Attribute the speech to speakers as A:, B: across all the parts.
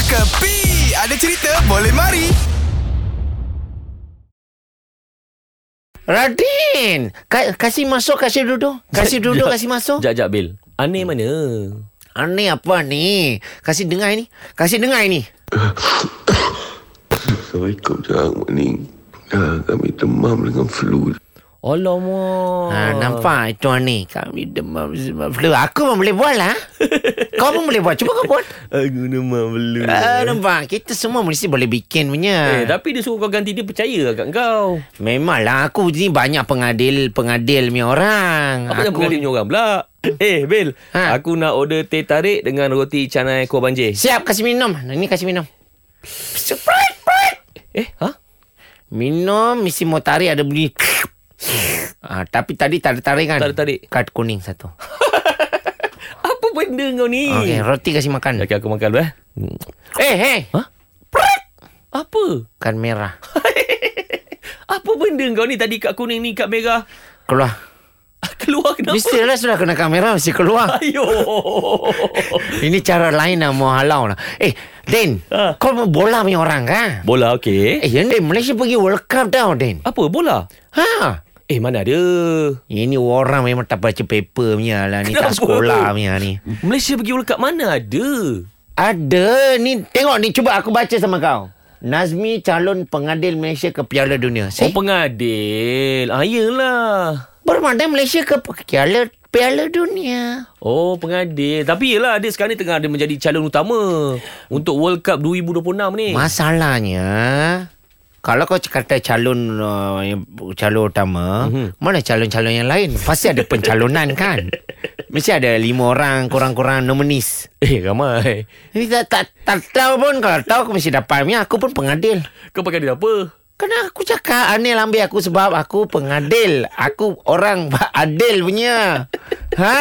A: Kepi Ada cerita boleh mari
B: Radin Ka- Kasih masuk Kasih duduk Kasih duduk
C: Jap.
B: Kasih masuk
C: Sekejap, sekejap, Bil. Aneh
B: Hmm.
C: mana?
B: Aneh apa ni Kasih dengar ni Kasih dengar ni
D: Assalamualaikum Jang Morning Ya, kami demam dengan flu
C: Alamak.
B: ha, Nampak itu aneh Kami demam sebab flu Aku pun boleh buat lah Kau pun boleh buat Cuba kau buat
C: Aku nama belum.
B: Ah, nampak Kita semua mesti boleh bikin punya
C: Ya, Eh, tapi dia suruh kau ganti dia percaya kat kau.
B: Memanglah lah, aku ni banyak pengadil Pengadil punya orang
C: Apa
B: Ha,
C: yang
B: aku...
C: pengadil ni orang pula? Eh, Bil.
B: Ha.
C: Aku nak order teh tarik dengan roti canai kuah banjir.
B: Siap kasih minum Ini kasih minum Sprite Sprite
C: Eh, ha?
B: Minum mesti mau tarik ada bunyi ah, Tapi tadi tak ada tarik kan
C: Tarik-tarik.
B: Kad kuning satu
C: Apa benda kau ni?
B: Okey roti kasih makan
C: Okey, aku makan dulu eh.
B: Eh hey
C: Ha? Apa?
B: Kad merah
C: Apa benda kau ni tadi kat kuning ni kat merah?
B: Keluar
C: Keluar kenapa?
B: Mesti lah sudah kena kamera mesti keluar
C: Ayo.
B: Ini cara lain nak mau halau lah Eh Din
C: Ha.
B: Kau bola punya orang kan
C: Bola okey.
B: Eh yang Din Malaysia pergi World Cup tau Din
C: Apa bola?
B: Ha
C: Eh mana ada?
B: Ini orang memang tak baca paper punya lah Ni tak
C: Kenapa?
B: sekolah punya ni
C: Malaysia pergi World Cup mana ada?
B: Ada ni tengok ni cuba aku baca sama kau. Nazmi calon pengadil Malaysia ke Piala Dunia.
C: Oh
B: Saya oh,
C: pengadil. Ah yelah.
B: bermandai Malaysia ke Piala Piala Dunia.
C: Oh pengadil. Tapi yelah dia sekarang ni tengah ada menjadi calon utama untuk World Cup 2026 ni.
B: Masalahnya kalau kau kata calon uh, yang- calon utama,
C: Mhm.
B: mm-hmm. mana calon-calon yang lain? Pasti ada pencalonan kan? Mesti ada lima orang kurang-kurang nominis.
C: eh ramai.
B: Ini tak, tak, tak tahu pun Kalau tahu aku mesti dapat Punya Aku pun pengadil
C: Kau pakai dia apa?
B: Kena aku cakap Anil ambil aku sebab aku pengadil. Aku orang adil punya. Ha?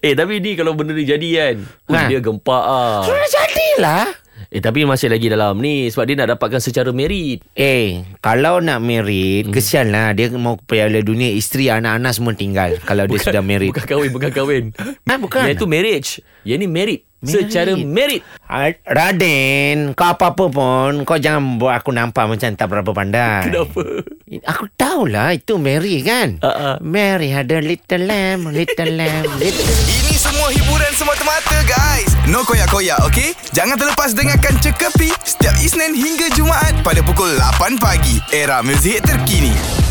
C: Eh tapi ni kalau benda ni jadi kan.
B: Ha.
C: Ha. Dia gempak ah.
B: Sudah jadilah.
C: Eh tapi masih lagi dalam ni sebab dia nak dapatkan secara merit.
B: Eh, kalau nak married, hmm. kesianlah dia mau ke piala dunia, isteri, anak-anak semua tinggal kalau dia sudah married.
C: Bukan kahwin, bukan kahwin.
B: Ah, bukan.
C: Yang itu marriage. Yang ni Ha, merit. Secara merit.
B: Ha, Radin, kau apa-apa pun, kau jangan buat aku nampak macam tak berapa pandai.
C: Kenapa?
B: Aku tahulah itu Mary kan.
C: Ha, ha.
B: Mary had a little lamb, little lamb, little
A: Ini semua hiburan semata-mata guys No koyak-koyak ok Jangan terlepas dengarkan Cekapi Setiap Isnin hingga Jumaat Pada pukul 8 pagi Era muzik terkini